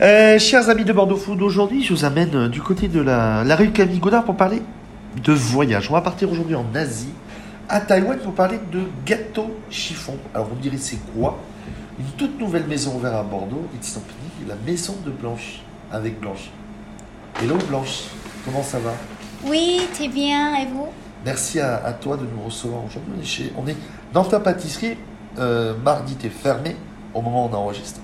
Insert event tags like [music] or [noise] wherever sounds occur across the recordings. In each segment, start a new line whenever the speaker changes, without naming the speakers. Euh, chers amis de Bordeaux Food, aujourd'hui je vous amène euh, du côté de la, la rue Camille Godard pour parler de voyage. On va partir aujourd'hui en Asie, à Taïwan, pour parler de gâteau chiffon. Alors vous me direz c'est quoi Une toute nouvelle maison ouverte à Bordeaux, It's not me, la maison de Blanche, avec Blanche. Hello Blanche, comment ça va
Oui, t'es bien, et vous
Merci à, à toi de nous recevoir aujourd'hui. On est, chez- on est dans ta pâtisserie. Euh, mardi, t'es fermé au moment où on enregistre.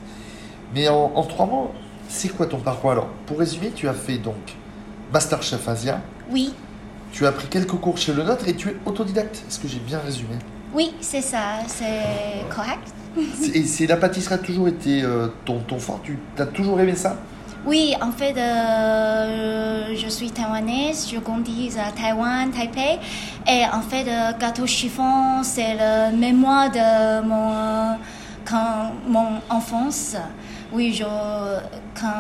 Mais en, en trois mots, c'est quoi ton parcours Alors, pour résumer, tu as fait donc Masterchef Asia,
Oui,
tu as pris quelques cours chez le nôtre et tu es autodidacte. Est-ce que j'ai bien résumé
oui, c'est ça, c'est correct.
C'est- Et c'est la pâtisserie a toujours été euh, ton, ton fort Tu as toujours aimé ça
Oui, en fait, euh, je suis taïwanaise, je grandis à Taïwan, Taipei. Et en fait, le gâteau chiffon, c'est le mémoire de mon, euh, quand, mon enfance. Oui, je, quand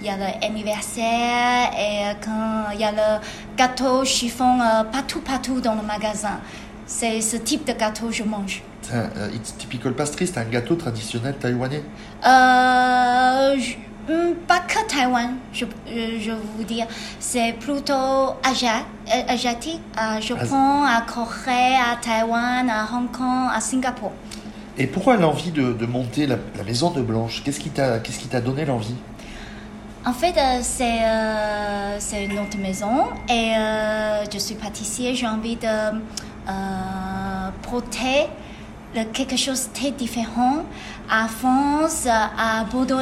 il y a l'anniversaire et quand il y a le gâteau chiffon euh, partout, partout dans le magasin. C'est ce type de gâteau que je mange.
C'est un, euh, It's typical pastry, c'est un gâteau traditionnel taïwanais.
Euh, je- hmm, pas que Taïwan, je, euh, je vous dire. C'est plutôt Asia- euh, asiatique, à Japon, à Corée, à Taïwan, à Hong Kong, à Singapour.
Et pourquoi l'envie de, de monter la, la maison de Blanche Qu'est-ce qui t'a qu'est-ce qui t'a donné l'envie
En fait, euh, c'est euh, c'est une autre maison et euh, je suis pâtissier. J'ai envie de euh, porter le- quelque chose de très différent à France, à Bordeaux,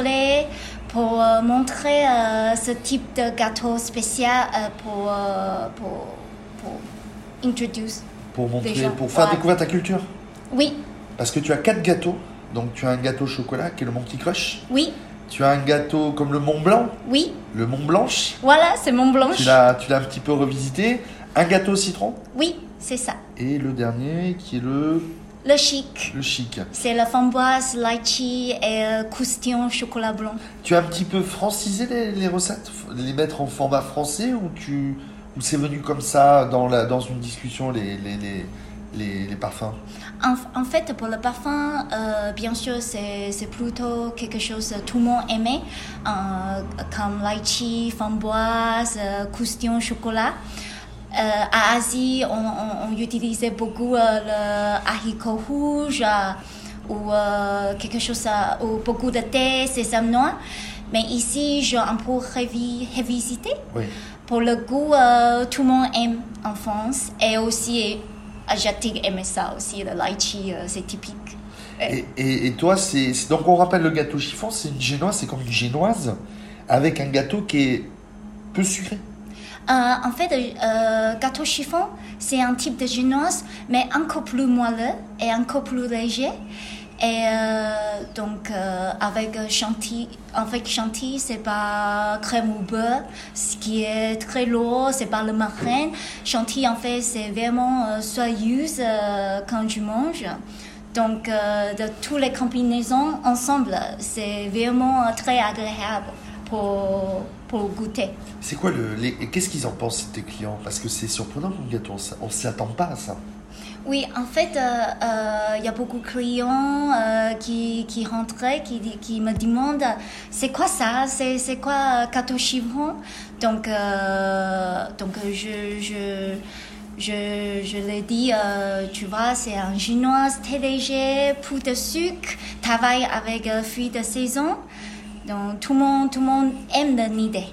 pour euh, montrer euh, ce type de gâteau spécial euh, pour, euh, pour, pour introduire.
pour montrer,
Déjà.
pour faire
Ouais.
découvrir ta culture.
Oui,
Parce que tu as quatre gâteaux. Donc tu as un gâteau au chocolat qui est le Monty Crush.
oui,
Tu as un gâteau comme le Mont Blanc,
oui.
le Mont Blanche.
Voilà, c'est mon
Tu
blanche.
l'as, tu l'as un petit peu revisité. Un gâteau au citron.
Oui, c'est ça.
Et le dernier qui est le,
Le chic.
le chic.
C'est la framboise, lychee et euh, croustillant chocolat blanc.
Tu as un petit peu francisé les, les recettes, f- les mettre en format français ou tu ou c'est venu comme ça dans, la, dans une discussion les, les, les, les, les parfums
En, en fait, pour le parfum, euh, bien sûr, c'est c'est plutôt quelque chose que tout le monde aimait, euh, comme lychee, framboise, euh, croustillant chocolat. Euh, à Asie, on, on- on utilisait beaucoup euh, le haricot rouge euh, ou euh, quelque chose, euh, ou beaucoup de thé, sésame noir. Mais ici, j'ai un peu revi- revisité.
Oui.
Pour le goût, euh, tout le monde aime en France et aussi euh, asiatique aime ça aussi, le lychee, euh, c'est typique.
Et, et- et toi, c'est c'est- donc on rappelle le gâteau chiffon, c'est une génoise, c'est comme une génoise avec un gâteau qui est peu sucré.
Euh, en fait, euh, gâteau chiffon, c'est un type de génoise, mais encore plus moelleux et encore plus léger. Et euh, donc, euh, avec chantilly, avec chantilly, c'est pas crème ou beurre, ce qui est très lourd, c'est pas le marraine. Chantilly, en fait, c'est vraiment euh, soyeuse euh, quand tu manges. Donc, euh, de toutes les combinaisons ensemble, c'est vraiment euh, très agréable pour, pour goûter.
C'est quoi le. les- et Qu'est-ce qu'ils en pensent tes clients Parce que c'est surprenant comme gâteau, on s- on s'y attend pas à ça.
Oui, en fait, il y a beaucoup de clients euh, qui, qui rentraient, qui, di- qui me demandent c'est quoi ça C'est c'est quoi euh, gâteau chiffon Donc, euh, donc euh, je, je, je, je leur dis euh, tu vois, c'est un chinois très léger, poudre de sucre, travaille avec euh, fruits de saison. Donc, tout le monde, tout le monde aime l'idée.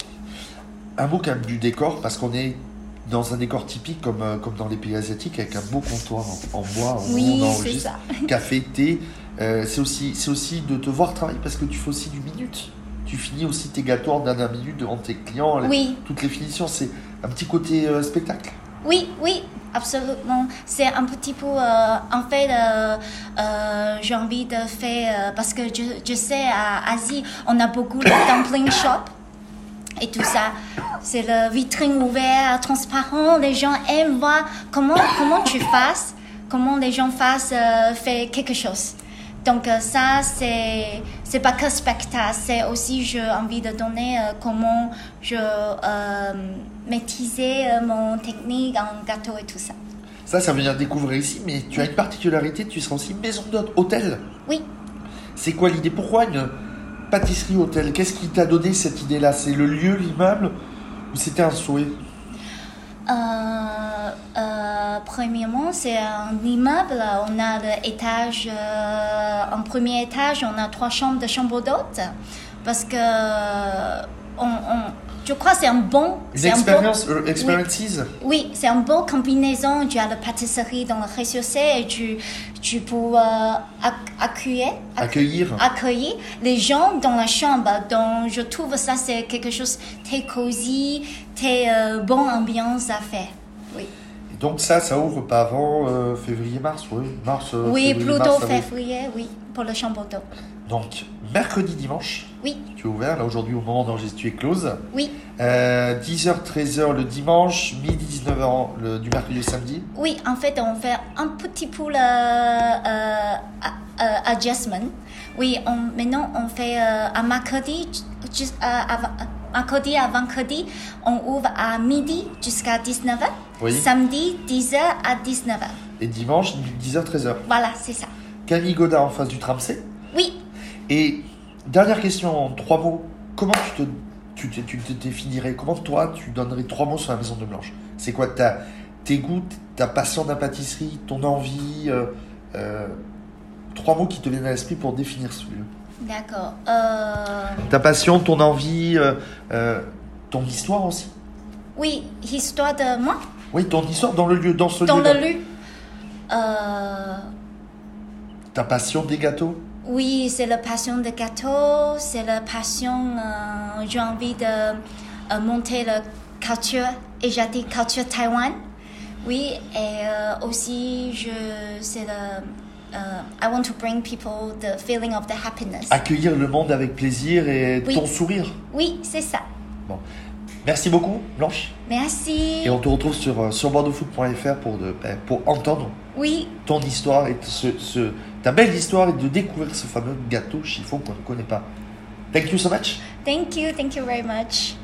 Un mot quand même du décor, parce qu'on est dans un décor typique comme, euh, comme dans les pays asiatiques, avec un beau comptoir en, en bois, où
Oui,
on
c'est
enregistre,
ça. [laughs]
café, thé. Euh, c'est aussi, c'est aussi de te voir travailler parce que tu fais aussi du minute. Tu finis aussi tes gâteaux en dernière minute devant tes clients. les-
Oui.
Toutes les finitions, c'est un petit côté euh, spectacle.
Oui, oui, absolument. C'est un petit peu, euh, en fait, euh, euh, j'ai envie de faire, euh, parce que je, je sais, à Asie, on a beaucoup de [coughs] dumpling shop et tout ça. C'est le vitrine ouvert, transparent. Les gens aiment voir comment, comment tu fasses, comment les gens fassent euh, faire quelque chose. Donc euh, ça, c'est c'est pas que spectacle, c'est aussi j'ai envie de donner euh, comment je euh, maîtriser euh, mon technique en gâteau et tout ça.
Ça, ça veut dire découvrir ici, mais tu as une particularité, tu seras aussi maison d'hôte, hôtel.
Oui,
C'est quoi l'idée Pourquoi une, pâtisserie hôtel, qu'est-ce qui t'a donné cette idée-là C'est le lieu, l'immeuble Ou c'était un souhait
Euh, euh, premièrement, c'est un immeuble. On a l'étage, euh, en premier étage, on a trois chambres de chambre d'hôtes. Parce que on, on- je crois que c'est un bon.
Une
c'est un bon-
expérience, euh, experiences
oui, c'est un bon combinaison. Tu as la pâtisserie dans le rez-de-chaussée et tu, tu peux euh, acc- accueillir,
Accueillir
accueillir les gens dans la chambre. Donc, je trouve ça, c'est quelque chose de très cosy, très euh, bonne ambiance à faire. Oui,
Et Donc ça, ça ouvre pas avant euh, février-mars, oui. Mars, euh,
oui
février,
plutôt
mars, avril.
février, oui, pour le chambre d'eau.
Donc, mercredi, dimanche,
Oui,
tu es ouvert. Là, aujourd'hui, au moment d'enregistrer, tu es close.
oui,
Euh, 10h, 13h le dimanche, midi, 19h le, du mercredi au samedi.
oui, en fait, on fait un petit peu le euh, a- euh, adjustment. Oui, on, maintenant, on fait euh, à mercredi, ju- juste à, à- mercredi à vendredi, on ouvre à midi jusqu'à 19h.
Oui.
Samedi, 10h à 19h.
Et dimanche, 10h, 13h.
Voilà, c'est ça.
Camille Godard en face du tramway.
Oui,
Et dernière question en trois mots. Comment tu te, tu, te- tu te définirais Comment toi, tu donnerais trois mots sur la Maison de Blanche C'est quoi ta, tes goûts, ta passion de la pâtisserie, ton envie euh, euh, Trois mots qui te viennent à l'esprit pour définir ce lieu.
d'accord. Euh,
Ta passion, ton envie, euh, euh, ton histoire aussi.
oui, histoire de moi,
Oui, ton histoire dans le lieu, dans ce
dans
lieu.
le lieu. Euh,
Ta passion des gâteaux.
oui, c'est la passion de gâteau, c'est la passion. euh, J'ai envie de euh, monter la culture asiatique, culture Taïwan. Oui, et euh, aussi, je, c'est le. euh, I want to bring people the feeling of the happiness.
Accueillir le monde avec plaisir et
Oui.
ton sourire.
Oui, c'est ça.
Bon. Merci beaucoup, Blanche.
Merci.
Et on te retrouve sur, euh, sur bordeauxfoot.fr pour, de- ben, pour entendre
Oui,
ton histoire et ce, ce- ta belle histoire et de découvrir ce fameux gâteau chiffon qu'on ne connaît pas. Thank you so much.
thank you, thank you very much.